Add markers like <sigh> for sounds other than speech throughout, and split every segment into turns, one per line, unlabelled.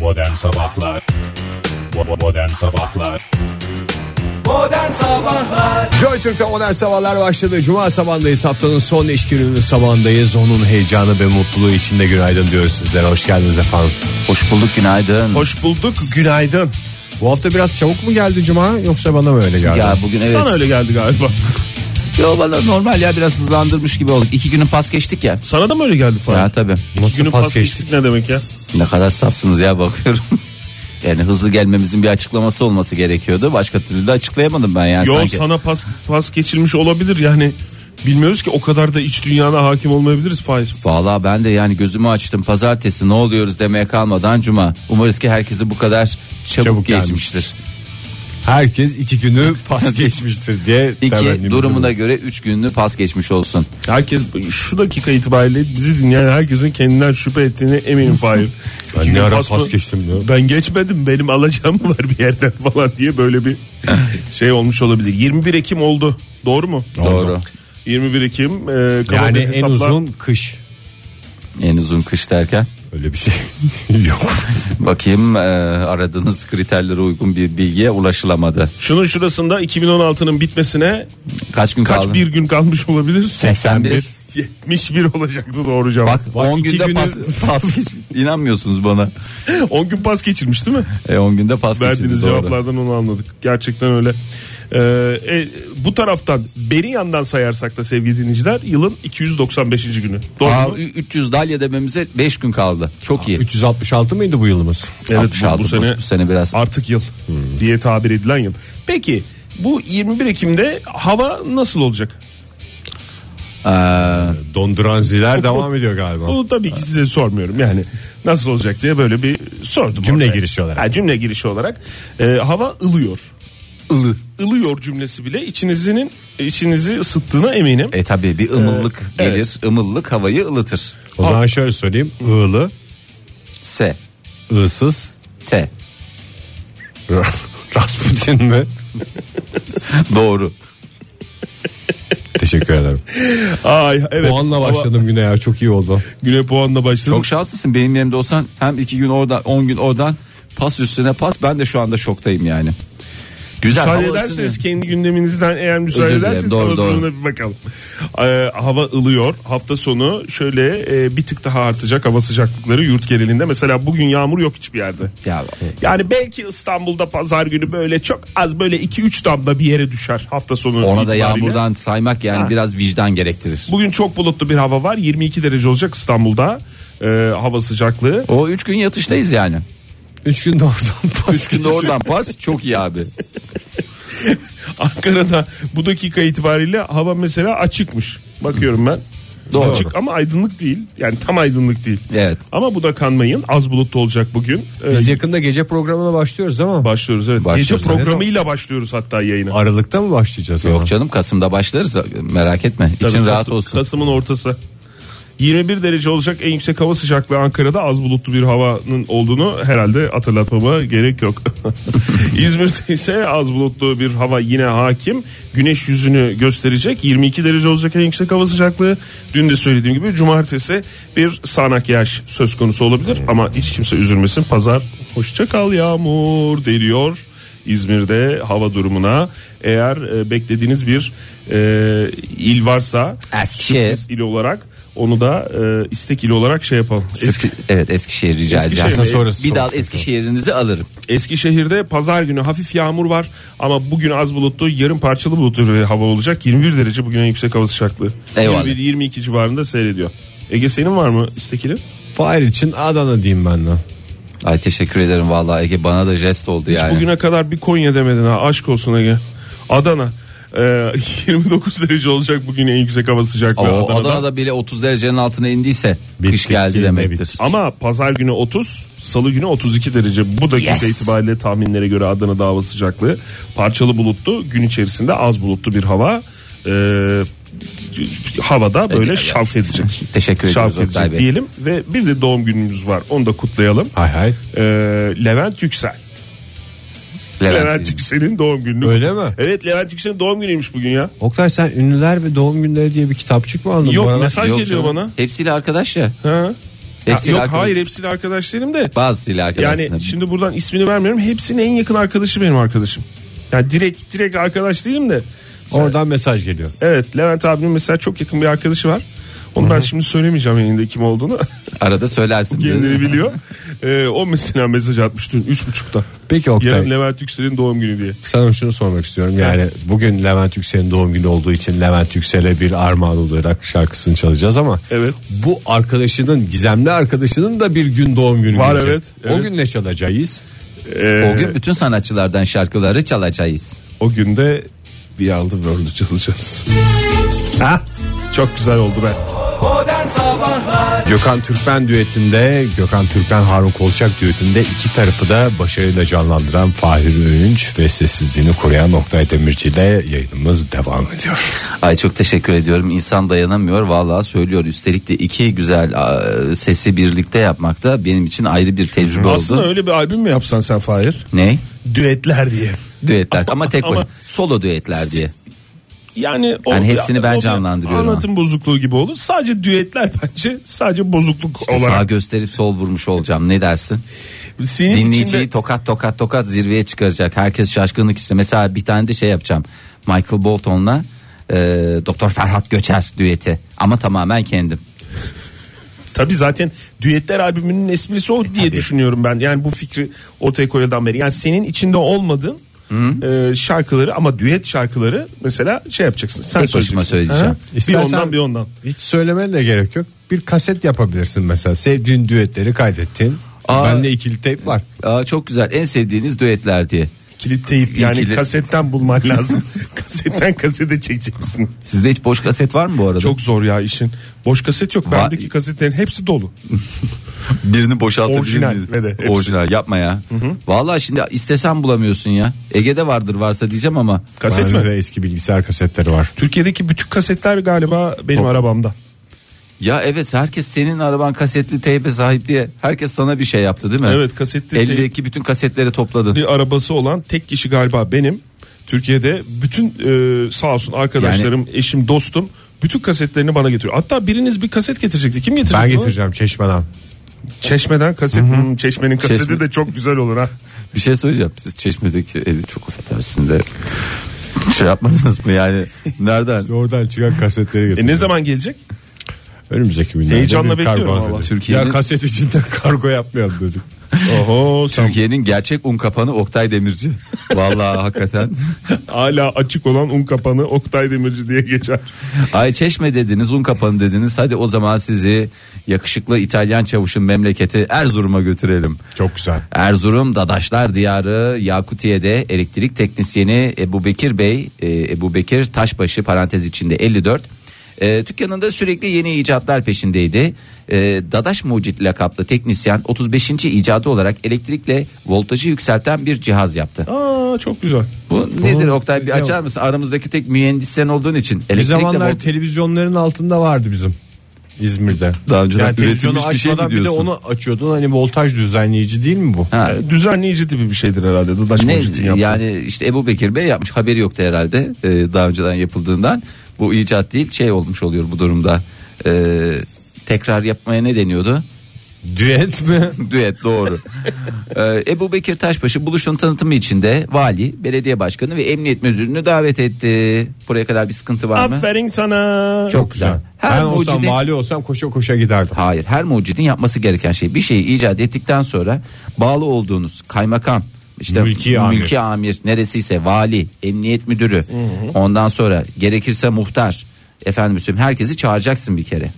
Modern Sabahlar Bo- Modern Sabahlar
Modern Sabahlar
Joy Türk'te modern sabahlar başladı. Cuma sabahındayız. Haftanın son iş gününün sabahındayız. Onun heyecanı ve mutluluğu içinde günaydın diyoruz sizlere. Hoş geldiniz efendim.
Hoş bulduk günaydın.
Hoş bulduk günaydın.
Bu hafta biraz çabuk mu geldi Cuma yoksa bana mı öyle geldi?
Ya bugün evet.
Sana öyle geldi galiba.
<laughs> Yo, bana normal ya biraz hızlandırmış gibi olduk. İki günün pas geçtik ya.
Sana da mı öyle geldi falan?
Ya tabii.
Nasıl
Günün
pas
pas
geçti?
geçtik ne demek ya?
Ne kadar safsınız ya bakıyorum. <laughs> Yani hızlı gelmemizin bir açıklaması olması gerekiyordu. Başka türlü de açıklayamadım ben yani
Yo
sanki.
sana pas pas geçilmiş olabilir yani. Bilmiyoruz ki o kadar da iç dünyana hakim olmayabiliriz Fahir.
Valla ben de yani gözümü açtım. Pazartesi ne oluyoruz demeye kalmadan cuma. Umarız ki herkesi bu kadar çabuk,
Çabuk gelmiş.
geçmiştir.
Herkes iki <laughs> günü pas geçmiştir diye.
İki
temennimiz
durumuna
olur.
göre üç gününü pas geçmiş olsun.
Herkes şu dakika itibariyle bizi dinleyen herkesin kendinden şüphe ettiğine
<laughs>
eminim Fahir. İki
ne
gün
ara pas
mı-
geçtim ya?
Ben geçmedim benim alacağım var bir yerden <laughs> falan diye
<laughs>
böyle bir şey olmuş olabilir. 21 Ekim oldu doğru mu?
Doğru.
21 Ekim e, kaba
Yani
bir
en
hesapla-
uzun kış.
En uzun kış derken.
Öyle bir şey <laughs> yok.
Bakayım e, aradığınız kriterlere uygun bir bilgiye ulaşılamadı.
Şunun şurasında 2016'nın bitmesine
Kaç gün kaldı?
kaç bir gün kalmış olabilir?
81.
71 olacaktı doğru cevap.
Bak,
Bak,
10
iki
günde
günü-
pas, pas geç- İnanmıyorsunuz bana.
10 gün pas geçirmiş değil mi?
E, 10 günde pas geçirdi
Verdiğiniz
doğru.
cevaplardan onu anladık. Gerçekten öyle. Ee, e, bu taraftan beri yandan sayarsak da sevgili dinleyiciler yılın 295. günü. Doğru
Aa,
mu?
ü- 300 dalya dememize 5 gün kaldı. Çok iyi.
366 mıydı bu yılımız?
Evet
66,
bu, bu sene,
biraz
artık yıl
Hmm.
diye tabir edilen yıl. Peki bu 21 Ekim'de hava nasıl olacak?
Ee,
Donduran <laughs> ziler devam ediyor galiba.
Bunu tabii ki size sormuyorum yani nasıl olacak diye böyle bir sordum.
Cümle
ortaya.
girişi olarak.
Ha, cümle girişi olarak Ee, hava ılıyor. Ilı. Ilıyor cümlesi bile içinizin içinizi ısıttığına eminim.
e tabi bir ımıllık
Ee,
gelir. Imıllık havayı ılıtır.
O zaman şöyle söyleyeyim. Iğlı,
S
ığsız,
T.
<laughs> Rasputin mi?
Doğru.
Teşekkür <laughs> ederim.
E,
Ay evet.
Puanla
Hava-
başladım güne ya çok iyi oldu.
Güne puanla başladım.
Çok şanslısın benim yerimde olsan hem 2 gün oradan 10 gün oradan pas üstüne pas ben de şu anda şoktayım yani. Güzel.
Müsaade
hava
ederseniz
ısınıyor.
kendi gündeminizden eğer müsaade
Özür dilerim,
ederseniz
doğru,
hava
doğru.
durumuna bir bakalım. Ee, hava ılıyor. Hafta sonu şöyle e, bir tık daha artacak hava sıcaklıkları yurt genelinde. Mesela bugün yağmur yok hiçbir yerde.
Ya, e,
Yani belki İstanbul'da pazar günü böyle çok az böyle 2-3 damla bir yere düşer hafta sonu.
ona da
itibariyle.
yağmurdan saymak yani biraz vicdan gerektirir.
Bugün çok bulutlu bir hava var. 22 derece olacak İstanbul'da e, hava sıcaklığı.
O 3 gün yatıştayız yani.
3 gün oradan pas.
3 günde oradan pas çok iyi abi.
Ankara'da bu dakika itibariyle hava mesela açıkmış. Bakıyorum ben.
Doğru.
Açık ama aydınlık değil. Yani tam aydınlık değil.
Evet.
Ama bu da kanmayın. Az bulutlu olacak bugün. Ee,
Biz yakında gece programına başlıyoruz ama
başlıyoruz evet.
Başlıyoruz.
Gece programıyla başlıyoruz hatta yayına.
Aralık'ta mı başlayacağız?
Yok canım Kasım'da başlarız merak etme.
Tabii
İçin rahat
Kasım-
olsun.
Kasım'ın ortası. 21 derece olacak en yüksek hava sıcaklığı Ankara'da az bulutlu bir havanın olduğunu herhalde hatırlatmama gerek yok. <laughs> İzmir'de ise az bulutlu bir hava yine hakim. Güneş yüzünü gösterecek. 22 derece olacak en yüksek hava sıcaklığı. Dün de söylediğim gibi cumartesi bir sağanak yağış söz konusu olabilir ama hiç kimse üzülmesin. Pazar hoşça kal yağmur deniyor. İzmir'de hava durumuna eğer e, beklediğiniz bir e, il varsa
Eskişehir.
il olarak onu da e, istek il olarak şey yapalım. Eski,
Eski, evet Eskişehir rica
Eskişehir
edeceğim.
mi?
Sonrası
bir dal
sonrası.
Eskişehir'inizi alırım.
Eskişehir'de pazar günü hafif yağmur var ama bugün az bulutlu yarım parçalı bulutlu bir hava olacak. 21 derece bugün en yüksek hava sıcaklığı.
Eyvallah.
21-22 civarında seyrediyor. Ege senin var mı istek ilin?
Fahir için Adana diyeyim ben de.
Ay teşekkür ederim vallahi Ege bana da jest oldu
Hiç
yani.
bugüne kadar bir Konya demedin ha aşk olsun Ege. Adana. e, <laughs> 29 derece olacak bugün en yüksek hava sıcaklığı
Ama o
Adana'da.
Adana'da, bile 30 derecenin altına indiyse kış
Bittik,
geldi
yine
demektir.
bittik.
Ama pazar günü 30, salı günü 32 derece. Bu dakika
Yes.
itibariyle tahminlere göre Adana'da hava sıcaklığı parçalı bulutlu. Gün içerisinde az bulutlu bir hava. Ee, havada böyle
Evet.
şaf edecek.
<laughs> Teşekkür
şaf
ediyoruz Oktay
edecek
Bey.
diyelim ve bir de doğum günümüz var. Onu da kutlayalım.
Hay hay.
Ee, Levent Yüksel.
Levent
Levent
diyeyim.
Yüksel'in doğum günü.
Öyle mi?
Evet Levent Yüksel'in doğum günüymüş bugün ya.
Oktay sen ünlüler ve doğum günleri diye bir kitapçık mı aldın?
Yok,
Bu aralar?
mesaj- Mesaj
Yok
geliyor
canım,
bana.
Hepsiyle arkadaş ya.
Ha.
Hepsiyle
yok
arkadaş-
hayır hepsini arkadaşlarım da.
Bazısıyla
Yani
arkadaşsın.
şimdi buradan ismini vermiyorum. Hepsinin en yakın arkadaşı benim arkadaşım. Yani direkt direkt arkadaş değilim de.
Oradan mesaj geliyor.
Evet Levent abimin mesela çok yakın bir arkadaşı var. Onu ben şimdi söylemeyeceğim yayında kim olduğunu. <laughs>
Arada söylersin.
Kendini biliyor. Ee, o mesela mesaj atmış dün 3.30'da.
Peki
Yarın
Oktay
Levent Yüksel'in doğum günü diye.
sana şunu sormak istiyorum. Yani bugün Levent Yüksel'in doğum günü olduğu için Levent Yüksel'e bir armağan olarak şarkısını çalacağız ama
Evet.
bu arkadaşının gizemli arkadaşının da bir gün doğum günü
Var,
gelecek.
evet,
O
evet.
gün ne çalacağız?
Ee,
O gün bütün sanatçılardan şarkıları çalacağız.
O gün de bir aldı World'u çalacağız. ha? Çok güzel oldu be.
Modern Sabahlar
Gökhan Türkmen düetinde Gökhan Türkmen Harun Kolçak düetinde iki tarafı da başarıyla canlandıran Fahir Öğünç ve sessizliğini koruyan Oktay Demirci ile yayınımız devam ediyor.
Ay çok teşekkür ediyorum. İnsan dayanamıyor vallahi söylüyor. Üstelik de iki güzel a, sesi birlikte yapmak da benim için ayrı bir tecrübe
Aslında
oldu.
öyle bir albüm mü yapsan sen Fahir?
Ne?
Düetler diye.
Düetler ama tek
Ama-
başına. Solo düetler
<laughs>
diye.
Yani o,
Yani hepsini ben
o bir
canlandırıyorum.
Anlatım bozukluğu gibi olur. Sadece düetler bence sadece bozukluk
İşte sağ
olarak.
gösterip sol vurmuş olacağım. Ne dersin?
Senin
Dinleyiciyi
içinde
tokat tokat tokat zirveye çıkaracak. Herkes şaşkınlık işte. Mesela bir tane de şey yapacağım. Michael Bolton'la e, Doktor Ferhat Göçer düeti. Ama tamamen kendim.
tabii zaten düetler albümünün esprisi o diye
tabii.
düşünüyorum ben. Yani bu fikri ortaya koyuldan beri. Yani senin içinde olmadığın e, şarkıları ama düet şarkıları mesela şey yapacaksın. Sen
Tek başıma
söyleyeceksin.
söyleyeceğim.
Ha? Bir
İstersen-
ondan bir ondan.
Hiç söylemen de gerek yok. Bir kaset yapabilirsin mesela. Sevdiğin düetleri kaydettin.
Aa.
Bende ikili teyp var.
Aa, çok güzel. En sevdiğiniz düetler diye.
Kilit teyip yani
kilit. <laughs>
kasetten bulman lazım. kasetten kasete çekeceksin.
Sizde hiç boş kaset var mı bu arada?
Çok zor ya işin. Boş kaset yok.
Va-
Bendeki kasetlerin hepsi dolu.
birini boşaltabilir
Orijinal
miyim?
ve de hepsi.
Orijinal yapma ya. Vallahi şimdi istesen bulamıyorsun ya. Ege'de vardır varsa diyeceğim ama
Kaset
Bende
mi?
de eski bilgisayar kasetleri var.
Türkiye'deki bütün kasetler galiba benim arabamda.
ya evet herkes senin araban kasetli teybe sahip diye herkes sana bir şey yaptı değil mi?
Evet, kasetli teyp-
52 bütün kasetleri topladın.
Bir arabası olan tek kişi galiba benim. Türkiye'de bütün e, sağ olsun arkadaşlarım, eşim, dostum bütün kasetlerini bana getiriyor. Hatta biriniz bir kaset getirecekti. Kim getirecek?
Ben
bunu?
getireceğim çeşmeden.
Çeşmeden kaset. Hmm, çeşmenin kaseti
Çeşme.
de çok güzel olur ha.
Bir şey söyleyeceğim. Siz Çeşme'deki evi çok affedersin de şey yapmadınız mı
<laughs>
yani nereden?
Oradan çıkan kasetleri
E,
getireceğim.
ne
<laughs>
zaman gelecek?
Önümüzdeki günlerde
Heyecanla
bir kargo
bekliyorum
hazırlayalım.
valla.
Türkiye'nin-
Ya kaset içinden <laughs> kargo yapmayalım dedik.
Oho sen
Türkiye'nin gerçek un kapanı Oktay Demirci. Vallahi hakikaten.
hala açık olan un kapanı Oktay Demirci diye geçer.
Ay Çeşme dediniz, un kapanı dediniz. Hadi o zaman sizi yakışıklı İtalyan çavuşun memleketi Erzurum'a götürelim.
Çok güzel.
Erzurum Dadaşlar Diyarı Yakutiye'de elektrik teknisyeni Ebu Bekir Bey e, Ebu Bekir Taşbaşı parantez içinde 54 e, dükkanında sürekli yeni icatlar peşindeydi. E, Dadaş Mucit lakaplı teknisyen 35. icadı olarak elektrikle voltajı yükselten bir cihaz yaptı.
Aa çok güzel.
Bu nedir Oktay bir açar mısın? Aramızdaki tek mühendisen olduğun için.
Bir
Elektrikle
zamanlar
volt-
televizyonların altında vardı bizim. İzmir'de.
Daha önceden
televizyonu
üretilmiş bir şey mi
açmadan bir de
diyorsun?
onu açıyordun. Hani voltaj düzenleyici değil mi bu?
Ha,
E, Düzenleyici tipi bir şeydir herhalde. Dadaş
Ne
Mucit'in yaptığı.
yani işte Ebu Bekir Bey yapmış haberi yoktu herhalde e, daha önceden yapıldığından bu icat değil şey olmuş oluyor bu durumda E, tekrar yapmaya ne deniyordu
Düet
<laughs>
mi?
düet doğru e, Ebu Bekir Taşbaşı buluşun tanıtımı içinde vali belediye başkanı ve emniyet müdürünü davet etti buraya kadar bir sıkıntı var mı?
Aferin sana.
<laughs> Çok güzel. Her
ben olsam
mucidin-
vali olsam koşa koşa giderdim.
Hayır her mucidin yapması gereken şey bir şeyi icat ettikten sonra bağlı olduğunuz kaymakam işte
Mülki amir.
mülki amir neresiyse vali emniyet müdürü ondan sonra gerekirse muhtar efendim söyleyeyim herkesi çağıracaksın bir kere.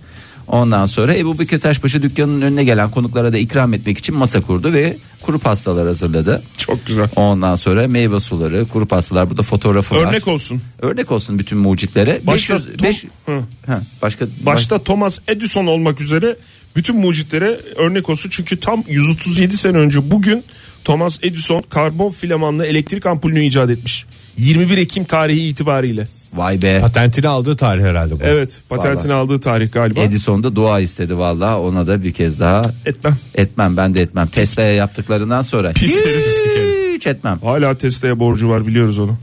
Ondan sonra Ebu Bekir Taşbaşı dükkanının önüne gelen konuklara da ikram etmek için masa kurdu ve kuru pastalar hazırladı.
Çok güzel.
Ondan sonra meyve suları, kuru pastalar burada fotoğrafı var.
Örnek olsun.
Örnek olsun bütün mucitlere.
Başta
500
Tom-
beş-
Hı.
Ha, başka
Başta Thomas Edison olmak üzere bütün mucitlere örnek olsun. Çünkü tam 137 sene önce bugün Thomas Edison karbon filamanlı elektrik ampulünü icat etmiş. 21 Ekim tarihi itibariyle.
vay be.
Patentini aldığı tarih herhalde bu.
Evet patentini aldığı tarih galiba.
Edison da dua istedi vallahi ona da bir kez daha
Etmem.
etmem ben de etmem. Tesla'ya yaptıklarından sonra
Pis herif, pislik herif.
hiç etmem.
Hala Tesla'ya borcu var biliyoruz onu.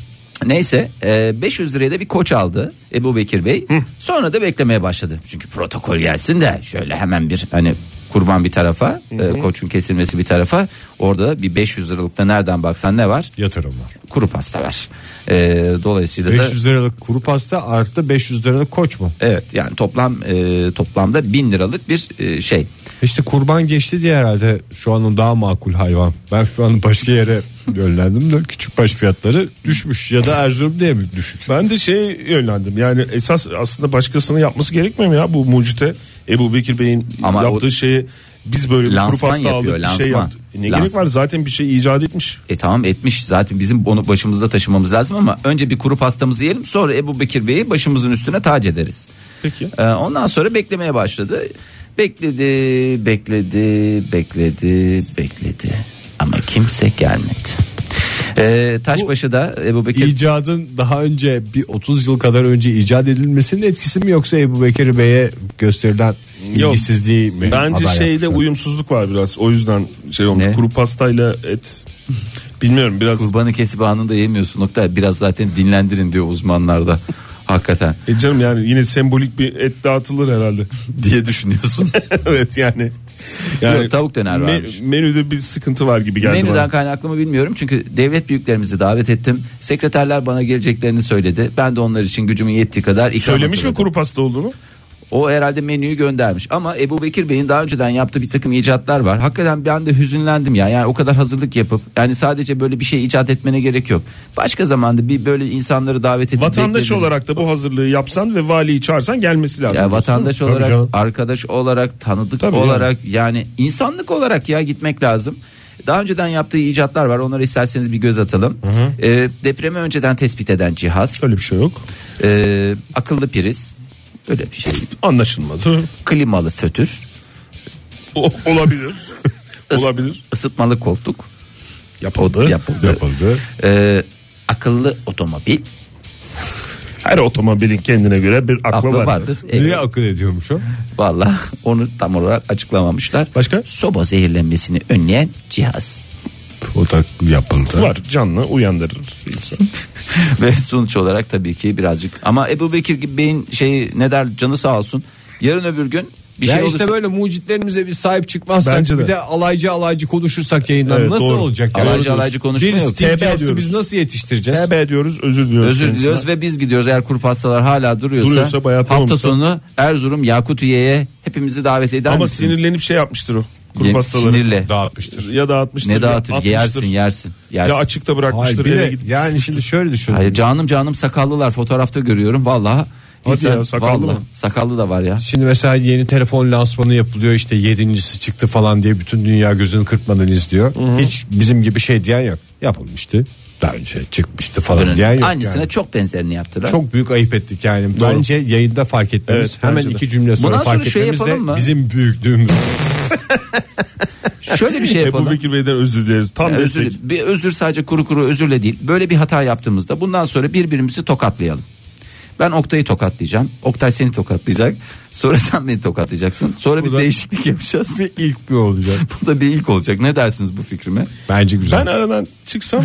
Neyse e, 500 liraya da bir koç aldı Ebu Bekir Bey. Sonra da beklemeye başladı. Çünkü protokol gelsin de şöyle hemen bir hani kurban bir tarafa, e, koçun kesilmesi bir tarafa. Orada bir 500 liralıkta nereden baksan ne var?
Yatırım var.
Kuru pasta var. E, dolayısıyla da
500 liralık kuru pasta artı 500 liralık koç mu?
evet yani toplam e, toplamda 1000 liralık bir e, şey.
İşte kurban geçti diye herhalde şu an o daha makul hayvan. Ben şu an başka yere <laughs> yönlendim de küçük baş fiyatları düşmüş ya da Erzurum diye mi düşük?
Ben de şey yönlendim yani esas aslında başkasının yapması gerekmiyor mu ya bu mucite Ebu Bekir Bey'in
Ama
yaptığı
o-
şeyi biz böyle bir kuru
Lansman
pasta
yapıyor,
aldık bir şey
lansman.
yaptık. E Ne gerek
Lansman.
var zaten bir şey icat etmiş.
E tamam etmiş zaten bizim onu başımızda taşımamız lazım ama önce bir kuru pastamızı yiyelim sonra Ebu Bekir Bey'i başımızın üstüne tac ederiz.
Peki.
Ee, ondan sonra beklemeye başladı. Bekledi, bekledi, bekledi, bekledi. Ama kimse gelmedi. Ee, Taşbaşı da Ebu Bekir
İcadın daha önce bir 30 yıl kadar önce icat edilmesinin etkisi mi yoksa Ebu Bekir Bey'e gösterilen
Yok.
ilgisizliği mi?
Bence
haber
şeyde
yapmışlar?
uyumsuzluk var biraz. O yüzden şey olmuş.
Ne?
Kuru pastayla et. Bilmiyorum biraz.
kurbanı kesip anında yemiyorsun nokta. Biraz zaten dinlendirin diyor uzmanlar da. Hakikaten
E canım yani yine sembolik bir et dağıtılır herhalde.
<laughs> diye düşünüyorsun.
<laughs> evet yani.
Yok, tavuk döner
me-
varmış.
Menüde bir sıkıntı var gibi geldi
Menüden
bana.
kaynaklı mı bilmiyorum çünkü devlet büyüklerimizi davet ettim. Sekreterler bana geleceklerini söyledi. Ben de onlar için gücümün yettiği kadar ikram
Söylemiş mi
hazırladım.
kuru pasta olduğunu?
O herhalde menüyü göndermiş. Ama Ebu Bekir Bey'in daha önceden yaptığı bir takım icatlar var. Hakikaten ben de hüzünlendim ya. Yani o kadar hazırlık yapıp yani sadece böyle bir şey icat etmene gerek yok. Başka zamanda bir böyle insanları davet edip
Vatandaş
bekledim.
olarak da bu hazırlığı yapsan ve valiyi çağırsan gelmesi lazım.
ya vatandaş
Tabii
olarak,
canım.
arkadaş olarak, tanıdık
Tabii
olarak yani insanlık olarak ya gitmek lazım. Daha önceden yaptığı icatlar var. Onları isterseniz bir göz atalım. Ee, depremi önceden tespit eden cihaz,
Öyle bir şey yok.
ee, akıllı priz, öyle bir şey,
Anlaşılmadı.
klimalı fötür,
O- olabilir. olabilir.
ısıtmalı koltuk,
Yapıldı.
yapıldı.
yapıldı.
Ee, akıllı otomobil
Her otomobilin kendine göre bir aklı,
aklı
var.
vardır.
Niye
Evet,
akıl ediyormuş o?
Valla onu tam olarak açıklamamışlar.
Başka?
Soba zehirlenmesini önleyen cihaz.
O da yapıldı.
Var canlı uyandırır insan.
<laughs> Ve sonuç olarak tabii ki birazcık ama Ebu Bekir gibi beyin şeyi ne der canı sağ olsun. Yarın öbür gün bir
ya
şey
işte
olursa
böyle mucitlerimize bir sahip çıkmazsak
Bence de.
bir de alaycı alaycı konuşursak yayından
Evet,
nasıl
doğru.
olacak? ya?
Alaycı
Doğru
alaycı
diyorsun.
konuşma
Bir
yok.
Steve
TB
Jobs'u
diyoruz.
biz nasıl yetiştireceğiz?
TB diyoruz özür diliyoruz.
özür
kendisine.
diliyoruz ve biz gidiyoruz eğer kuru pastalar hala duruyorsa,
Duruyorsa bayağı
hafta
tamamsa.
sonu Erzurum Yakutiye'ye hepimizi davet eder
Ama
misiniz?
sinirlenip şey yapmıştır o. Kuru
Yem-
pastaları.
Sinirle.
Dağıtmıştır.
Ya dağıtmıştır.
Ne dağıtır?
atmıştır.
Yersin, yersin, yersin.
Ya açıkta
Hayır,
bırakmıştır.
bir
eve
de
gidip
yani şimdi şöyle düşün.
Hayır canım canım sakallılar fotoğrafta görüyorum vallahi.
Hadi ya, sakallı
vallahi,
mı?
Sakallı da var ya.
Şimdi mesela yeni telefon lansmanı yapılıyor işte yedincisi çıktı falan diye bütün dünya gözünü kırpmadan izliyor. Hiç bizim gibi şey diyen yok. Yapılmıştı. Daha önce çıkmıştı falan
Bunun
diyen yok.
Aynısına
yani.
çok benzerini yaptılar.
çok büyük ayıp ettik yani. Bence yayında fark etmemiz.
Evet,
hemen
bence de.
iki cümle sonra
Bundan sonra
fark
şey
etmemiz de
yapalım mı?
bizim büyüklüğümüz.
Şöyle bir şey
Ebu
yapalım.
Bekir Bey'den özür dileriz. Tam
özür,
destek.
bir özür sadece kuru kuru özürle değil. Böyle bir hata yaptığımızda bundan sonra birbirimizi tokatlayalım. Ben Oktay'ı tokatlayacağım. Oktay seni tokatlayacak. Sonra <laughs> sen beni tokatlayacaksın. Sonra bir
da-
değişiklik yapacağız.
bir ilk mi olacak?
Bu da bir ilk olacak. Ne dersiniz bu fikrime?
Bence
Ben
güzel.
e,
aradan
<laughs>
çıksam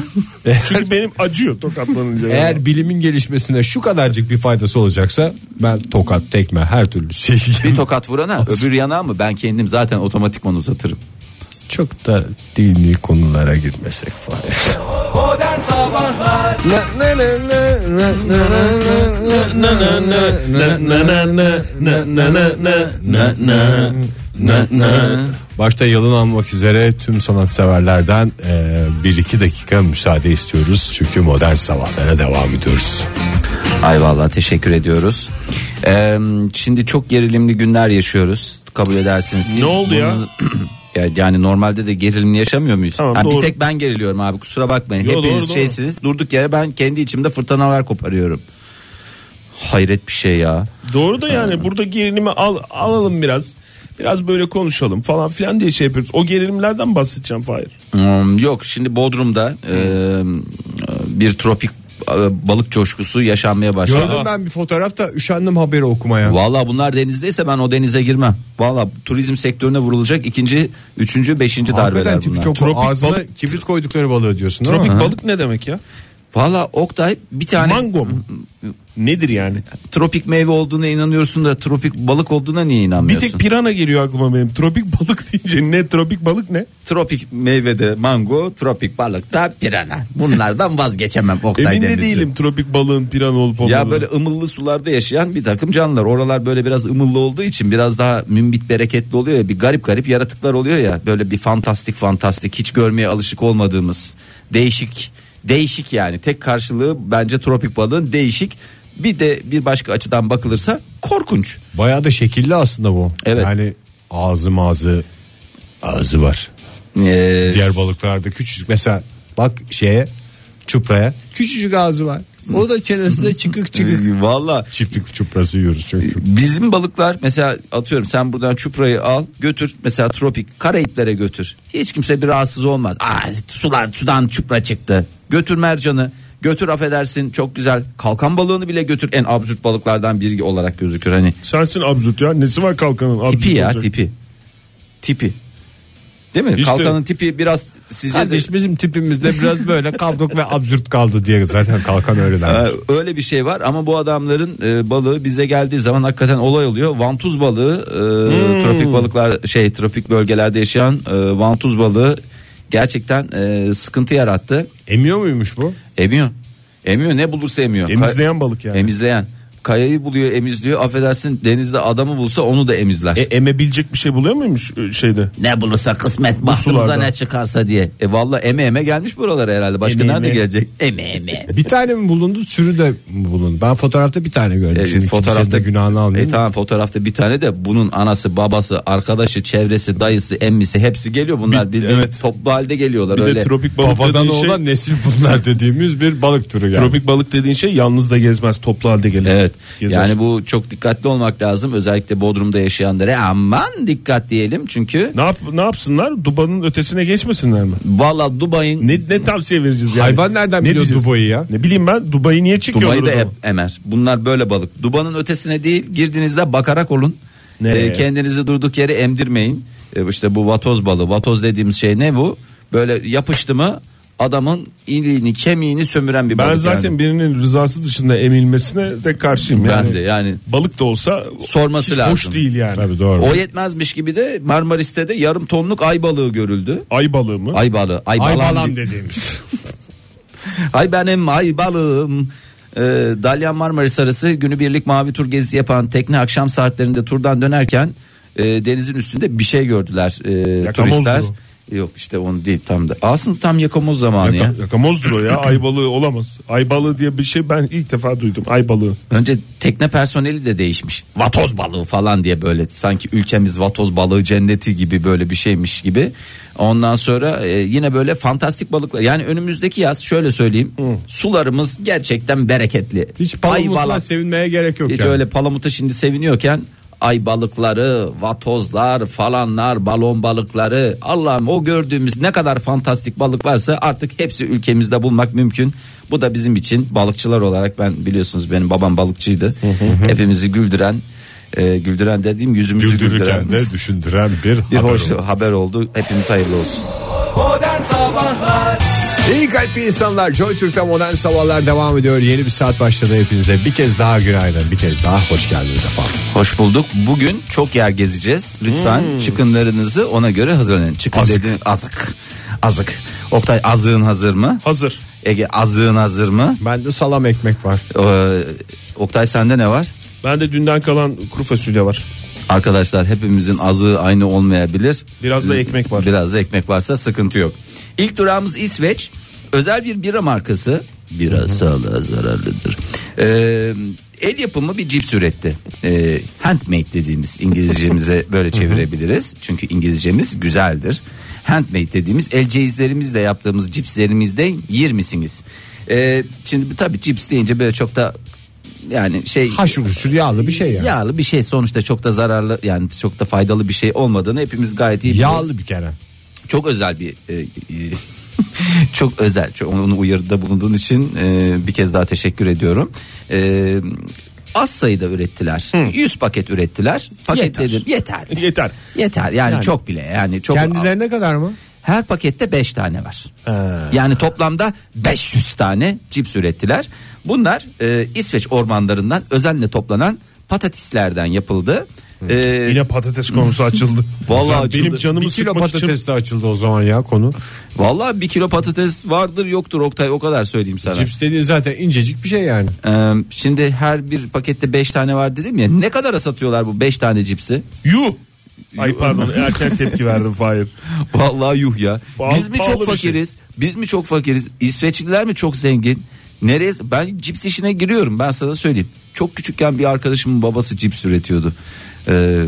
çünkü benim acıyor tokatlanınca.
Eğer bilimin gelişmesine şu kadarcık bir faydası olacaksa ben tokat, tekme her türlü şey
Bir tokat vurana öbür yana mı? Ben kendim zaten otomatikman uzatırım.
çok da dini konulara girmesek fayda.
Modern Sabahlar
Başta yalın almak üzere tüm sanatseverlerden 1-2 dakika müsaade istiyoruz. Çünkü modern sabahlara devam ediyoruz.
Ay vallahi teşekkür ediyoruz. Ee, şimdi çok gerilimli günler yaşıyoruz. Kabul edersiniz ki.
Ne oldu ya?
<clears throat> Ya- yani normalde de gerilim yaşamıyor muyuz?
Tamam,
Ha, bir
doğru.
tek ben geriliyorum abi kusura bakmayın.
Yo,
Hepiniz
doğru, doğru.
şeysiniz. Durduk yere ben kendi içimde fırtınalar koparıyorum. Hayret bir şey ya.
Doğru da yani burada gerilimi al, alalım biraz. Biraz böyle konuşalım falan filan diye şey yapıyoruz. O gerilimlerden bahsedeceğim Fahir.
Hmm, yok şimdi Bodrum'da e, bir tropik e, balık coşkusu yaşanmaya başladı.
Gördüm ben bir fotoğrafta üşendim haberi okumaya.
Valla bunlar denizdeyse ben o denize girmem. Valla turizm sektörüne vurulacak ikinci, üçüncü, beşinci darbeler
Hakikaten tipi
bunlar.
çok
Tropik
ağzına
balık-
kibrit koydukları balığı diyorsun değil
Tropik
mi?
balık ne demek ya?
Valla Oktay bir tane
Mango mu? Nedir yani?
tropik meyve olduğuna inanıyorsun da tropik balık olduğuna niye
Bir
inanmıyorsun?
tek pirana geliyor aklıma benim. Tropik <laughs> balık deyince ne tropik balık ne?
Tropik meyvede mango, tropik balıkta pirana. Bunlardan vazgeçemem Oktay
Emin de
Demirci.
değilim tropik balığın pirana olup
Ya
olmadığını.
böyle ımıllı sularda yaşayan bir takım canlılar. Oralar böyle biraz ımıllı olduğu için biraz daha mümbit bereketli oluyor ya. Bir garip garip yaratıklar oluyor ya. Böyle bir fantastik fantastik hiç görmeye alışık olmadığımız değişik değişik yani. Tek karşılığı bence tropik balığın değişik. Bir de bir başka açıdan bakılırsa korkunç.
Bayağı da şekilli aslında bu.
Evet.
Yani ağzı mağazı ağzı var.
Ee,
Diğer balıklarda küçücük mesela bak şeye çupraya küçücük ağzı var. O da çenesinde çıkık
<laughs>
çıkık.
Valla
<laughs> Çiftlik çuprası yiyoruz çünkü.
Bizim balıklar mesela atıyorum sen buradan çuprayı al götür mesela tropik Karayiplere götür. Hiç kimse bir rahatsız olmaz. Aa, sular sudan çupra çıktı. Götür mercanı götür affedersin çok güzel kalkan balığını bile götür en absürt balıklardan biri olarak gözükür hani
Sensin absürt ya. Nesi var kalkanın? Absürt
tipi ya
olacak.
tipi tipi değil mi
İşte-
kalkanın tipi biraz sizce de-
Kardeş bizim tipimizde biraz böyle kavgak ve absürt kaldı diye zaten kalkan öyle dermiş.
Ee, öyle bir şey var ama bu adamların e, balığı bize geldiği zaman hakikaten olay oluyor. Vantuz balığı e,
Hmm.
tropik balıklar şey tropik bölgelerde yaşayan e, vantuz balığı gerçekten e, sıkıntı yarattı.
Emiyor muymuş bu?
Emiyor. Emiyor ne bulursa emiyor.
Emizleyen balık yani.
Emizleyen. Kayayı buluyor emizliyor affedersin denizde adamı bulsa onu da emizler.
E, emebilecek bir şey buluyor muymuş e, şeyde?
ne bulursa kısmet bahtımıza
sularda.
ne çıkarsa diye. E valla eme eme gelmiş buralara herhalde başka
Eme
nerede
eme.
gelecek? Eme eme.
Bir tane mi bulundu sürü de mi bulundu? Ben fotoğrafta bir tane gördüm.
E,
Şimdi fotoğrafta
fotoğrafta
günahını almayayım.
E, tamam fotoğrafta bir tane de bunun anası, babası, arkadaşı, çevresi, dayısı, emmisi hepsi geliyor. Bunlar
Bir-
bildiğin
evet.
toplu halde geliyorlar
Bir
öyle.
de tropik balık
Babadan
dediğin şey...
oğlan nesil bunlar dediğimiz bir balık türü yani.
Tropik balık dediğin şey yalnız da gezmez toplu halde gelir.
Evet.
Gezer.
Yani bu çok dikkatli olmak lazım özellikle Bodrum'da yaşayanlara. Aman dikkat diyelim çünkü
ne, yap, ne yapsınlar? Dubanın ötesine geçmesinler mi?
valla Dubai'nin
Ne, ne tavsiye vereceğiz yani?
Hayvan nereden biliyor
diyeceğiz?
Dubai'yi ya?
Ne bileyim ben Dubai'yi niye çekiyorlar
Dubai'de
o zaman?
hep emer. Bunlar böyle balık. Dubanın ötesine değil girdiğinizde bakarak olun.
Nereye?
Ee, kendinizi durduk yere emdirmeyin. Ee, işte bu vatoz balığı. Vatoz dediğimiz şey ne bu? Böyle yapıştı mı adamın iliğini kemiğini sömüren bir balık.
Ben
yani.
zaten birinin rızası dışında emilmesine de karşıyım.
Ben
yani.
de yani.
Balık da olsa
Sorması
hiç
lazım.
hoş değil yani.
Tabii doğru.
O yetmezmiş gibi de Marmaris'te de yarım tonluk ay balığı görüldü.
Ay balığı mı?
Ay balığı. Ay,
Ay
balam
balam
diyor. <laughs>
dediğimiz.
Ay benim ay balığım. Ee, Dalyan Marmaris arası günübirlik mavi tur gezisi yapan tekne akşam saatlerinde turdan dönerken e, denizin üstünde bir şey gördüler e,
Yakamozdu
turistler. Yok işte onu değil tam da. Aslında tam yakamoz zamanı ya.
Yaka- Yakamozdur o ya. Ay balığı olamaz. Ay balığı diye bir şey ben ilk defa duydum. Ay balığı.
Önce tekne personeli de değişmiş. Vatoz balığı falan diye böyle sanki ülkemiz vatoz balığı cenneti gibi böyle bir şeymiş gibi. Ondan sonra e, yine böyle fantastik balıklar. Yani önümüzdeki yaz şöyle söyleyeyim. Sularımız gerçekten bereketli.
Hiç
Ay balığı-
palamutla sevinmeye gerek yok
Hiç
yani.
öyle palamuta şimdi seviniyorken ay balıkları, vatozlar falanlar, balon balıkları. Allah'ım o gördüğümüz ne kadar fantastik balık varsa artık hepsi ülkemizde bulmak mümkün. Bu da bizim için balıkçılar olarak ben biliyorsunuz benim babam balıkçıydı. Hepimizi güldüren, e, güldüren dediğim yüzümüzü güldüren
Güldürürken de düşündüren bir,
bir
haber
hoş
oldu.
haber oldu. Hepimiz hayırlı olsun.
Modern Sabahlar
İyi kalpli insanlar Joy Türk'te modern sabahlar devam ediyor. Yeni bir saat başladı hepinize. Bir kez daha günaydın. Bir kez daha hoş geldiniz efendim.
Hoş bulduk. Bugün çok yer gezeceğiz. Lütfen çıkınlarınızı ona göre hazırlayın. Çıkın
Hmm. Azık.
dediğin- azık. Azık. Oktay azığın hazır mı?
Hazır.
Ege azığın hazır mı?
Bende salam ekmek var.
Ee, Oktay sende ne var?
Ben de dünden kalan kuru fasulye var.
Arkadaşlar hepimizin azığı aynı olmayabilir. Ee,
Biraz da ekmek var.
Biraz da ekmek varsa sıkıntı yok. İlk durağımız İsveç. Özel bir bira markası. Bira sağlığa zararlıdır. Ee, el yapımı bir cips üretti. Ee, handmade dediğimiz İngilizcemize böyle çevirebiliriz. Çünkü İngilizcemiz güzeldir. Handmade dediğimiz el ceyizlerimizle yaptığımız cipslerimizden yer misiniz? Ee, şimdi tabii cips deyince böyle çok da yani şey
Haşır uşur yağlı bir şey yani.
Yağlı bir şey sonuçta çok da zararlı yani çok da faydalı bir şey olmadığını hepimiz gayet iyi biliyoruz.
Yağlı bir kere.
Çok özel bir e, <laughs> e, çok özel. Çok, onu uyarıda bulunduğun için e, bir kez daha teşekkür ediyorum. E, az sayıda ürettiler. 100 paket ürettiler. Paketledim. Yeter. Yeter.
Yeter.
Yeter yani, çok bile yani çok
Kendilerine kadar mı?
Her pakette 5 tane var. Yani toplamda 500 tane cips ürettiler. Bunlar e, İsveç ormanlarından özenle toplanan patateslerden yapıldı. E,
Yine patates konusu açıldı.
<laughs> Vallahi
Sen Benim
açıldı.
canımı
Bir kilo
sıkmak için
patates de açıldı o zaman ya konu.
Vallahi bir kilo patates vardır yoktur Oktay o kadar söyleyeyim sana.
Cips dediğin zaten incecik bir şey yani.
Ee, şimdi her bir pakette 5 tane var dedim ya ne kadara satıyorlar bu 5 tane cipsi?
yuh. Ay pardon erken tepki verdim Fahir.
Vallahi yuh ya.
Pahalı-
Biz mi
pahalı
çok
bir şey.
fakiriz? Biz mi çok fakiriz? İsveçliler mi çok zengin? Nereye? Ben cips işine giriyorum ben sana söyleyeyim. Çok küçükken bir arkadaşımın babası cips üretiyordu. Ee,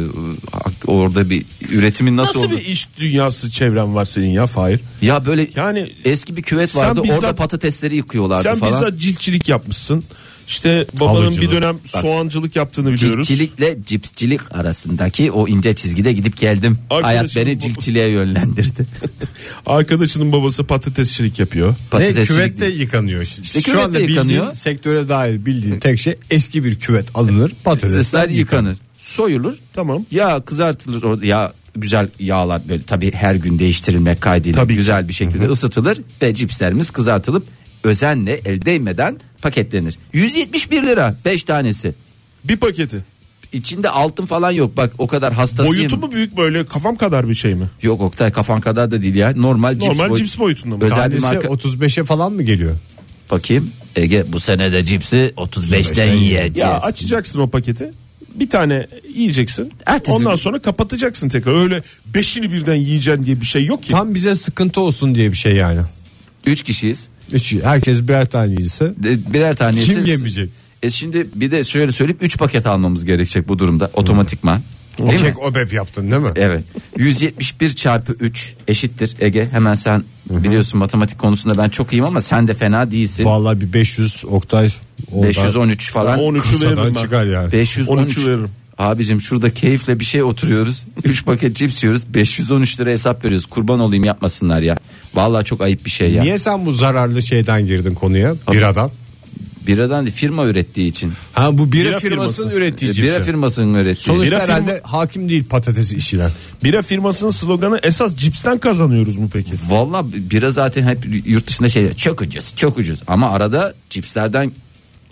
orada bir üretimin <laughs> nasıl,
Nasıl
oldu?
bir iş dünyası çevren var senin ya Fahir?
Ya böyle
Yani
eski bir küvet
sen
vardı. orada
bizzat-
patatesleri yıkıyorlardı
sen
falan.
bizzat ciltçilik yapmışsın. İşte babanın
Halıcılık.
bir dönem soğancılık yaptığını biliyoruz.
Ciltçilikle cipsçilik arasındaki o ince çizgide gidip geldim.
Arkadaşım
Hayat beni
bu-
ciltçiliğe yönlendirdi.
Arkadaşının babası patatesçilik yapıyor.
Ne
Patatesçilik
küvette yıkanıyor şimdi.
İşte
Şu
küvette
anda bildiğin
yıkanıyor.
sektöre dair bildiğin tek şey eski bir küvet alınır patatesler
Patatesler
yıkanır.
yıkanır, soyulur.
Tamam.
Ya kızartılır orada ya güzel yağlar böyle tabii her gün değiştirilmek kaydıyla
Tabii ki.
güzel bir şekilde ısıtılır ve cipslerimiz kızartılıp özenle el değmeden paketlenir. 171 lira 5 tanesi.
Bir paketi.
İçinde altın falan yok. Bak o kadar hastasıyım.
Boyutu mu büyük böyle kafam kadar bir şey mi?
Yok Oktay kafan kadar da değil ya. Normal cips,
Normal
boy-
cips boyutunda mı?
Özel bir
Tanesi
marka.
35'e falan mı geliyor?
Bakayım. Ege bu sene de cipsi 35'ten yiyeceğiz.
Ya açacaksın o paketi. Bir tane yiyeceksin.
Ertesi
Ondan
gün.
sonra kapatacaksın tekrar. Öyle beşini birden yiyeceksin diye bir şey yok ki.
Tam bize sıkıntı olsun diye bir şey yani.
3 kişiyiz.
Üç, herkes birer tane yiyse
De- E, Birer tanesi.
Kim yemeyecek?
E şimdi bir de şöyle söyleyip 3 paket almamız gerekecek bu durumda otomatikman. Değil mi?
Okek obep yaptın değil mi?
Evet. 171 çarpı 3 eşittir Ege. Hemen sen biliyorsun matematik konusunda ben çok iyiyim ama sen de fena
E,
değilsin.
Vallahi bir 500 Oktay. oradan
513 falan.
13'ü
kısadan
veririm ben.
çıkar yani.
513.
13'ü veririm.
Abicim şurada keyifle bir şey oturuyoruz. <laughs> 3 paket cips yiyoruz. 513 lira hesap veriyoruz. Kurban olayım yapmasınlar ya. Vallahi çok ayıp bir şey ya.
Niye sen bu zararlı şeyden girdin konuya? Biradan.
Biradan değil, firma ürettiği için. E,
Ha bu bira,
Bira
firmasının
firması.
ürettiği cipsi.
Bira firmasının ürettiği.
Sonuçta
Bira firma-
herhalde hakim değil patatesi işiler.
Bira firmasının sloganı esas cipsten kazanıyoruz mu peki?
Valla bira zaten hep yurt dışında şey çok ucuz çok ucuz ama arada cipslerden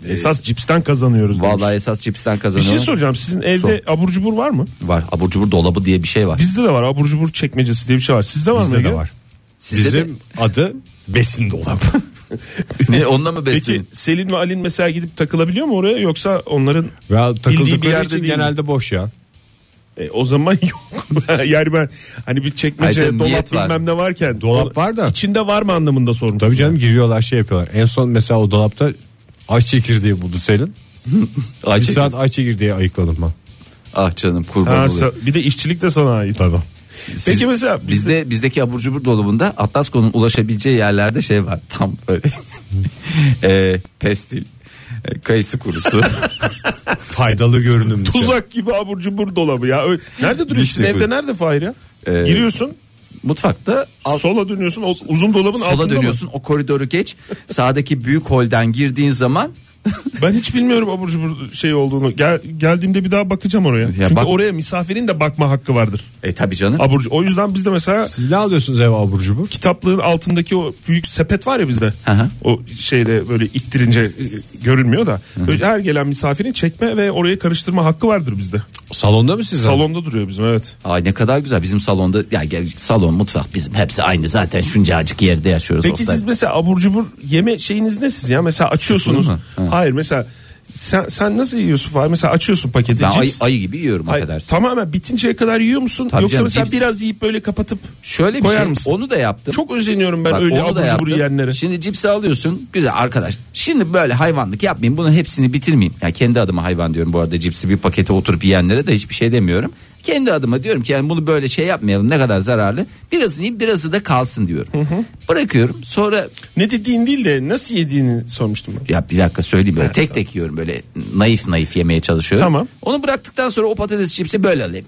Esas cipsten kazanıyoruz. demiş.
vallahi esas cipsten
bir
kazanıyor.
şey soracağım. Sizin evde
Sor.
abur cubur var mı?
Var abur cubur dolabı diye bir şey var.
Bizde de var abur cubur çekmecesi diye bir şey var. Sizde var mı?
Bizde de
Ege?
var.
Sizde
Bizim adı besin dolabı.
<laughs>
<laughs>
Ne onunla mı
Peki
besleyin?
Selin ve Alin mesela gidip takılabiliyor mu oraya yoksa onların
Ve
Bildiği bir
takıldıkları
yerde
için
değil mi?
genelde boş ya.
E, o zaman <laughs> yok. yani ben hani bir
Ayrıca
çekmece dolap
niyet var.
bilmem ne varken
Dolap var da.
içinde var mı anlamında sormuştum.
Tabii canım giriyorlar şey yapıyorlar. En son mesela o dolapta ay çekirdeği buldu Selin.
Ay
Bir
çekin.
saat ay çekirdeği ayıkladım ben.
Ah canım kurban
Ha,
olayım.
sa- bir de işçilik de sana ait.
Tabii.
Siz-
Peki mesela bizde
bizde bizdeki abur cubur dolabında Atlasko'nun ulaşabileceği yerlerde şey var <laughs> tam böyle Eee pestil e, kayısı
<laughs>
kurusu
Faydalı görünümlü. şey.
tuzak gibi abur cubur dolabı ya. Öyle- Nerede duruyor
İşte
sizin evde
böyle.
nerede Fahir ya?
Ee,
Giriyorsun
mutfakta al-
sola dönüyorsun o uzun dolabın
sola
altında
dönüyorsun o koridoru geç sağdaki büyük holden girdiğin zaman
mı? Ben hiç bilmiyorum abur cubur şey olduğunu. Gel, geldiğimde bir daha bakacağım oraya. Çünkü
bak-
oraya misafirin de bakma hakkı vardır.
e tabi canım
Abur cu- O yüzden bizde mesela
Siz ne alıyorsunuz ev abur cubur?
kitaplığın altındaki o büyük sepet var ya bizde.
Hı hı.
O şeyde böyle ittirince e, görünmüyor da. Böyle Her gelen misafirin çekme ve oraya karıştırma hakkı vardır bizde.
Salonda mı siz?
Salonda duruyor bizim evet.
Ay ne kadar güzel bizim salonda ya gel salon mutfak bizim hepsi aynı zaten şuncacık yerde yaşıyoruz.
Peki
Oktay.
siz mesela abur cubur yeme şeyiniz ne siz ya? Mesela açıyorsunuz.
Sıfır mı? Ha.
Hayır mesela sen, sen nasıl yiyorsun Fahir? Mesela açıyorsun paketi
ben
cips.
ayı, ayı gibi yiyorum
Hayır,
o kadar.
tamamen bitinceye kadar yiyor musun?
Tabii
Yoksa
canım,
mesela
cips-
biraz yiyip böyle kapatıp
Şöyle bir
koyar
şey
mısın?
onu da yaptım.
Çok özeniyorum ben
Bak,
öyle
onu da
abur cubur
yaptım.
yiyenlere.
Şimdi cipsi alıyorsun. Güzel arkadaş. Şimdi böyle hayvanlık yapmayayım. Bunun hepsini bitirmeyeyim. Ya kendi adıma hayvan diyorum bu arada cipsi bir pakete oturup yiyenlere de hiçbir şey demiyorum. Kendi adıma diyorum ki yani bunu böyle şey yapmayalım. Ne kadar zararlı. Birazını yiyeyim, birazı da kalsın diyorum. Bırakıyorum. Sonra
Ne dediğin değil de nasıl yediğini sormuştum ben.
Ya bir dakika söyleyeyim böyle tek tek yiyorum böyle naif naif yemeye çalışıyorum.
Tamam.
Onu bıraktıktan sonra o patates cipsi böyle alayım.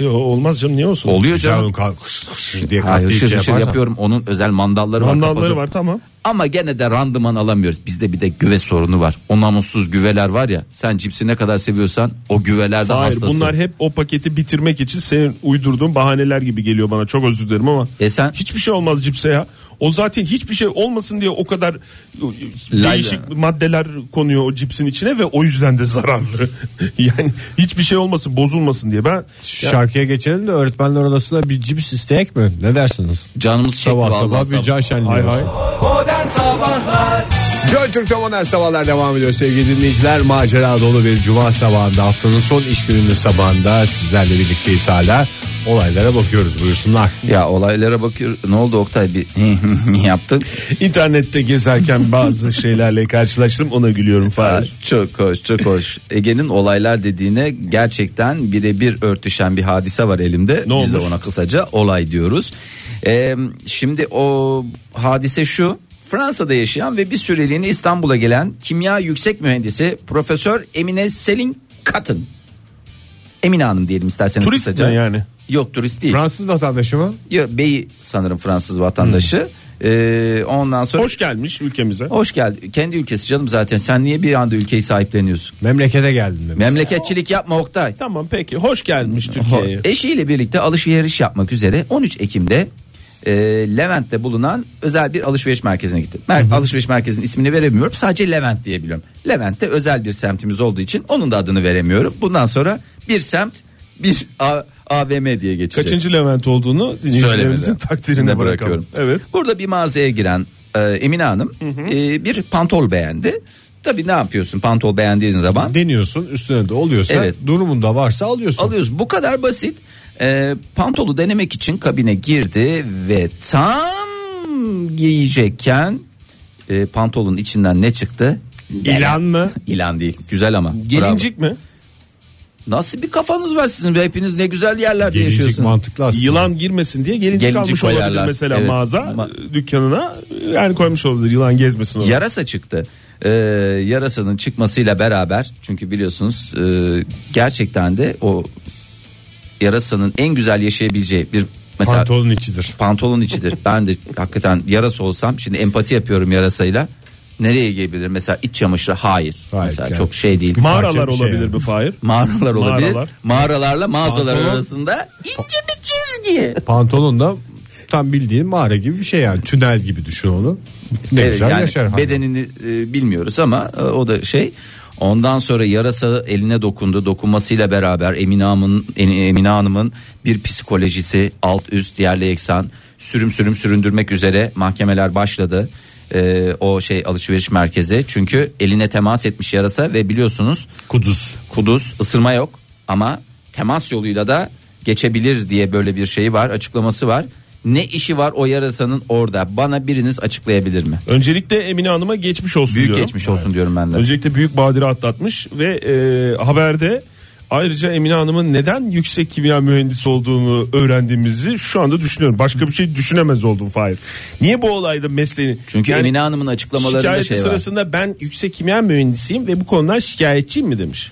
Yo, olmaz canım niye olsun?
Oluyor
Güzel
canım.
onu kal- hış- hış diye
Ha,
katlayıp
hışır
şey
hışır
yaparsan.
yapıyorum. Onun özel mandalları var.
Mandalları
kapatıyorum.
var tamam.
Ama gene de randıman alamıyoruz. Bizde bir de güve sorunu var. O namussuz güveler var ya. Sen cipsi ne kadar seviyorsan o güvelerde
Hayır
hastasın.
bunlar hep o paketi bitirmek için senin uydurduğun bahaneler gibi geliyor bana çok özür dilerim ama
E sen-
hiçbir şey olmaz cipse ya. O zaten hiçbir şey olmasın diye o kadar
Layla.
değişik maddeler konuyor o cipsin içine ve o yüzden de zararlı. <laughs> yani hiçbir şey olmasın bozulmasın diye ben
Şarkıya geçelim de öğretmenler odasına bir cips isteyek mi? Ne dersiniz?
Canımız çekti
Sabah
vallahi
sabah bir
sabah.
can şenliği.
Hay hay.
olsun.
Modern Sabahlar
Joy Türk'te modern sabahlar devam ediyor sevgili dinleyiciler. Macera dolu bir cuma sabahında haftanın son iş gününün sabahında sizlerle birlikteyiz hala. Olaylara bakıyoruz buyursunlar.
Ya olaylara bakıyor. Ne oldu Oktay bir <laughs> yaptın? <laughs>
internette gezerken bazı şeylerle karşılaştım ona gülüyorum
Aa,
falan.
Ee, çok hoş çok hoş. Ege'nin olaylar dediğine gerçekten birebir örtüşen bir hadise var elimde.
Ne
Biz de
olmuş?
ona kısaca olay diyoruz. Ee, şimdi o hadise şu. Fransa'da yaşayan ve bir süreliğine İstanbul'a gelen kimya yüksek mühendisi Profesör Emine Selin Katın. Emine Hanım diyelim isterseniz
Turist
kısaca.
mi yani?
Yok turist değil.
Fransız vatandaşı mı?
Ya, beyi sanırım Fransız vatandaşı. Ee, ondan sonra
Hmm. Hoş gelmiş ülkemize.
Hoş geldi. Kendi ülkesi canım zaten. Sen niye bir anda ülkeyi sahipleniyorsun?
Memlekete geldim demiş.
Memleketçilik yapma Oktay. Ee,
Tamam peki hoş gelmiş Türkiye'ye.
Eşiyle birlikte alışveriş yapmak üzere 13 Ekim'de e, Levent'te bulunan özel bir alışveriş merkezine gitti. Mer- alışveriş merkezinin ismini veremiyorum. Sadece Levent diyebiliyorum. Levent'te özel bir semtimiz olduğu için onun da adını veremiyorum. Bundan sonra bir semt bir A- AVM diye geçecek.
Kaçıncı Levent olduğunu dinleyicilerimizin
Söylemeden.
takdirine
Ne
bırakalım. Evet.
Burada bir mağazaya giren e, Emine Hanım e, bir pantol beğendi. Tabii ne yapıyorsun pantol beğendiğin zaman?
Deniyorsun üstüne de oluyorsa
Evet.
durumunda varsa alıyorsun.
alıyoruz. Bu kadar basit. Ee, pantolu denemek için kabine girdi ve tam giyecekken e, pantolonun içinden ne çıktı?
İlan mı?
İlan değil. Güzel ama.
Gelincik mi?
Bravo. Nasıl bir kafanız var sizin? ve Hepiniz ne güzel yerlerde
Gelincik
yaşıyorsunuz.
mantıklı aslında.
Yılan girmesin diye gelincik,
Gelincik
almış
koyarlar.
olabilir mesela
Evet.
mağaza
Ma-
dükkanına yani koymuş olabilir yılan gezmesin. orada.
Yarasa çıktı. Ee, yarasının çıkmasıyla beraber çünkü biliyorsunuz e, gerçekten de o yarasanın en güzel yaşayabileceği bir mesela
Pantolonun içidir.
pantolon içidir. Ben de hakikaten yarası olsam şimdi empati yapıyorum yarasayla. Nereye giyebilir? Mesela iç çamaşırı hayır.
Hayır,
Mesela
yani.
çok şey değil.
Mağaralar
Parça bir şey
olabilir
yani.
<laughs>
bu Fahir.
Mağaralar olabilir.
Mağaralar.
Mağaralarla mağazalar
Pantolon.
arasında ince bir çizgi.
Pantolon da tam bildiğin mağara gibi bir şey yani tünel gibi düşün onu. Ne
Evet,
güzel
E, yani
yaşar. hayvan.
bedenini e, bilmiyoruz ama e, o da şey. Ondan sonra yarasa eline dokundu. Dokunmasıyla beraber Emine Hanım'ın Em- Emine Hanım'ın bir psikolojisi alt üst yerle eksan sürüm sürüm süründürmek üzere mahkemeler başladı. E, o şey alışveriş merkezi çünkü eline temas etmiş yarasa ve biliyorsunuz
Kuduz.
kuduz ısırma yok ama temas yoluyla da geçebilir diye böyle bir şey var açıklaması var. Ne işi var o yarasanın orada bana biriniz açıklayabilir mi?
Öncelikle Emine Hanım'a geçmiş olsun
Büyük
diyorum.
geçmiş olsun diyorum ben de.
Öncelikle büyük badire atlatmış ve e, haberde ayrıca Emine Hanım'ın neden yüksek kimya mühendisi olduğunu öğrendiğimizi şu anda düşünüyorum. Başka bir şey düşünemez oldum Fahir. Niye bu olayda mesleğini...
Çünkü
Yani
Emine Hanım'ın açıklamalarında
şikayeti
şey var.
sırasında ben yüksek kimya mühendisiyim ve bu konudan şikayetçiyim mi demiş.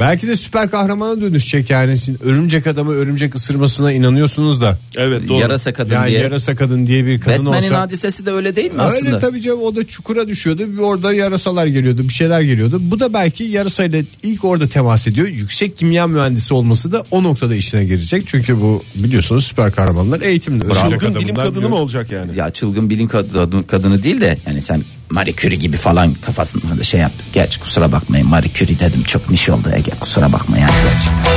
Belki de süper kahramana dönüşecek yani. Şimdi örümcek adamı örümcek ısırmasına inanıyorsunuz da.
Evet doğru.
Yarasa kadın
yani
diye.
yarasa kadın diye bir kadın
Batman'in
olsa.
hadisesi de öyle değil mi
Öyle
aslında?
tabii canım o da çukura düşüyordu. Bir orada yarasalar geliyordu bir şeyler geliyordu. Bu da belki yarasayla ilk orada temas ediyor. Yüksek kimya mühendisi olması da o noktada işine girecek. Çünkü bu biliyorsunuz süper kahramanlar eğitimde. Örümcek
Çılgın bilim
adamından
kadını
biliyoruz.
mı olacak yani?
Ya çılgın bilin kadını, kadını değil de yani sen Marie Curie gibi falan kafasında şey yaptın. Gerçi kusura bakmayın Marie Curie dedim çok niş oldu Ege kusura bakma yani gerçekten.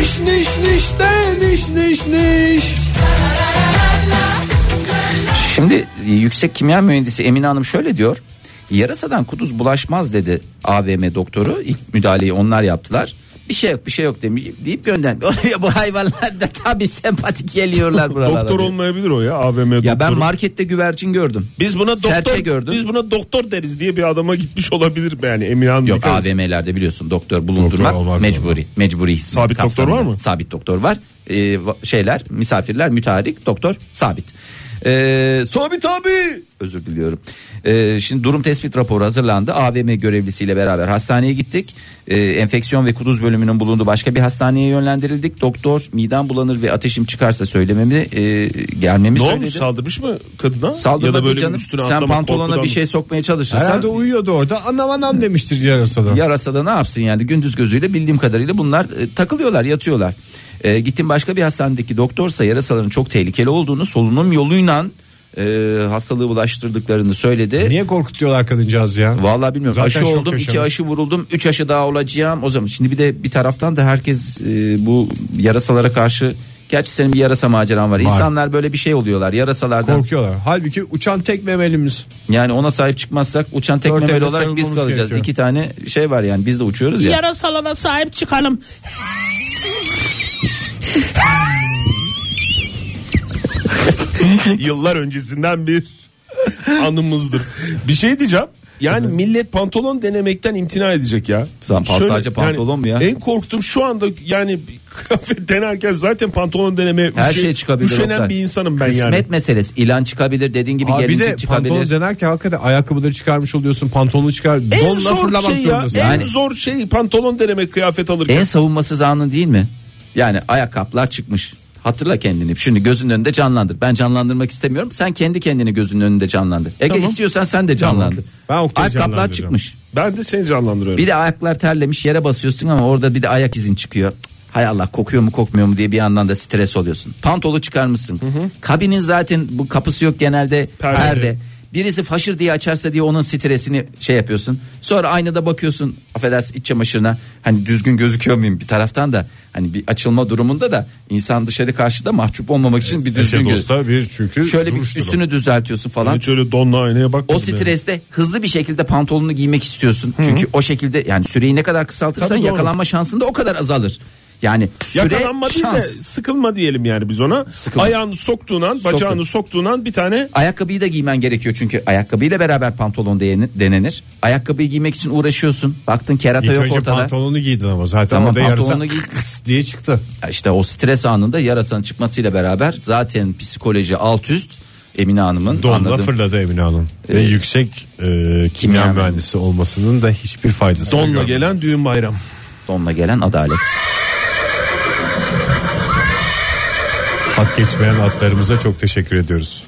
Niş niş niş de niş niş niş.
Şimdi e, yüksek kimya mühendisi Emine Hanım şöyle diyor. Yarasadan kuduz bulaşmaz dedi AVM doktoru. İlk müdahaleyi onlar yaptılar. Bir şey yok bir şey yok demiş deyip göndermiş. <laughs> Bu hayvanlar da tabii sempatik geliyorlar buralara.
Doktor
diyor.
olmayabilir o ya AVM doktoru.
Ya ben markette güvercin gördüm.
Biz buna
Serçe
doktor
gördüm.
Biz buna doktor deriz diye bir adama gitmiş olabilir mi yani Emine Hanım?
Yok
dikkat etsin.
AVM'lerde biliyorsun doktor bulundurmak
Doktor olmak
mecburi. Mecburi his-
Sabit doktor
kapsamında.
var mı?
Sabit doktor var. Ee, va- şeyler misafirler müteharik doktor sabit. Ee, Sabit abi özür diliyorum. Ee, şimdi durum tespit raporu hazırlandı. AVM görevlisiyle beraber hastaneye gittik. Ee, enfeksiyon ve kuduz bölümünün bulunduğu başka bir hastaneye yönlendirildik. Doktor midem bulanır ve ateşim çıkarsa söylememi e, gelmemi
Ne olmuş
söyledi.
saldırmış mı kadına?
Saldırmadı
ya da böyle
canım.
üstüne
Sen
atlamak
pantolona
korkudan
bir
mı?
şey sokmaya çalışırsan
Herhalde uyuyordu orada. Anam anam demiştir yarasa da.
yarasa da ne yapsın yani gündüz gözüyle bildiğim kadarıyla bunlar e, takılıyorlar yatıyorlar. E, gittim başka bir hastanedeki doktorsa yarasaların çok tehlikeli olduğunu solunum yoluyla e, hastalığı bulaştırdıklarını söyledi.
Niye korkutuyorlar kadıncağız ya?
Vallahi bilmiyorum
Zaten
aşı
şok
oldum iki
yaşamış.
aşı vuruldum üç aşı daha olacağım o zaman şimdi bir de bir taraftan da herkes e, bu yarasalara karşı gerçi senin bir yarasa maceran var. İnsanlar böyle bir şey oluyorlar yarasalardan
Korkuyorlar. Halbuki uçan tek memelimiz.
yani ona sahip çıkmazsak uçan
Dört
tekmemeli
elle
olarak biz
sarılmamız
kalacağız.
gerekiyor.
İki tane şey var yani biz de uçuyoruz ya.
Yarasalara sahip çıkalım.
yıllar öncesinden bir anımızdır. Bir şey diyeceğim. Yani millet pantolon denemekten imtina edecek ya.
Sen pan-
Söyle,
sadece pantolon
yani
mu ya?
En korktuğum şu anda yani <laughs> bir kıyafet denerken zaten pantolon denemeye
Her
üşe-
şey çıkabilir.
Üşenen
Oktay.
bir insanım ben
Kısmet
yani.
meselesi. İlan çıkabilir dediğin gibi
Abi bir
gelincik
de pantolon
çıkabilir.
denerken hakikaten ayakkabıları çıkarmış oluyorsun. Pantolonu çıkar.
En
Donla
zor
fırlamak
şey ya.
zorundasın.
En
Yani- E-
zor şey pantolon denemek kıyafet alırken.
En savunmasız anın değil mi? Yani ayakkabılar çıkmış. Hatırla kendini. Şimdi gözünün önünde canlandır. Ben canlandırmak istemiyorum. Sen kendi kendini gözünün önünde canlandır. Ege istiyorsan sen de canlandır.
Ben Oktay'ı
ayakkabılar
canlandıracağım.
çıkmış.
Ben de seni canlandırıyorum.
Bir de ayaklar terlemiş yere basıyorsun ama orada bir de ayak izin çıkıyor. Cık, Hay Allah kokuyor mu kokmuyor mu diye bir yandan da stres oluyorsun. Pantolu çıkarmışsın. Kabinin zaten bu kapısı yok genelde
Perde.
perde. Birisi faşır diye açarsa diye onun stresini şey yapıyorsun. Sonra aynada bakıyorsun affedersin iç çamaşırına. Hani düzgün gözüküyor muyum bir taraftan da. Hani bir açılma durumunda da insan dışarı karşıda mahcup olmamak için bir düzgün göz.
bir çünkü
Şöyle bir
duruştur o.
üstünü düzeltiyorsun falan.
Hiç öyle donla aynaya bakmadım.
O
yani.
streste hızlı bir şekilde pantolonunu giymek istiyorsun. Çünkü o şekilde yani süreyi ne kadar kısaltırsan
Tabii doğru.
yakalanma şansın da o kadar azalır. Yani süre
Yakalanma değil de
şans.
sıkılma diyelim yani biz ona.
Sıkılma.
Ayağını soktuğun an, bacağını soktuğun an bir tane
Ayakkabıyı da giymen gerekiyor çünkü ayakkabıyla beraber pantolon dene- denenir. Ayakkabıyı giymek için uğraşıyorsun. Baktın kerata
İlk
şey yok
önce
ortada.
pantolonu giydin ama zaten
Tamam,
orada yarasa
pantolonunu
<laughs>
giy-
kıs diye çıktı.
İşte o stres anında yarasanın çıkmasıyla beraber zaten psikoloji alt üst Emine Hanım'ın
Donla
anladım.
fırladı Emine Hanım. Ve yüksek e, kimya,
kimya
mühendisi olmasının da hiçbir faydası yok.
donla gelen düğün bayram.
Donla gelen adalet.
Hak geçmeyen atlarımıza çok teşekkür ediyoruz.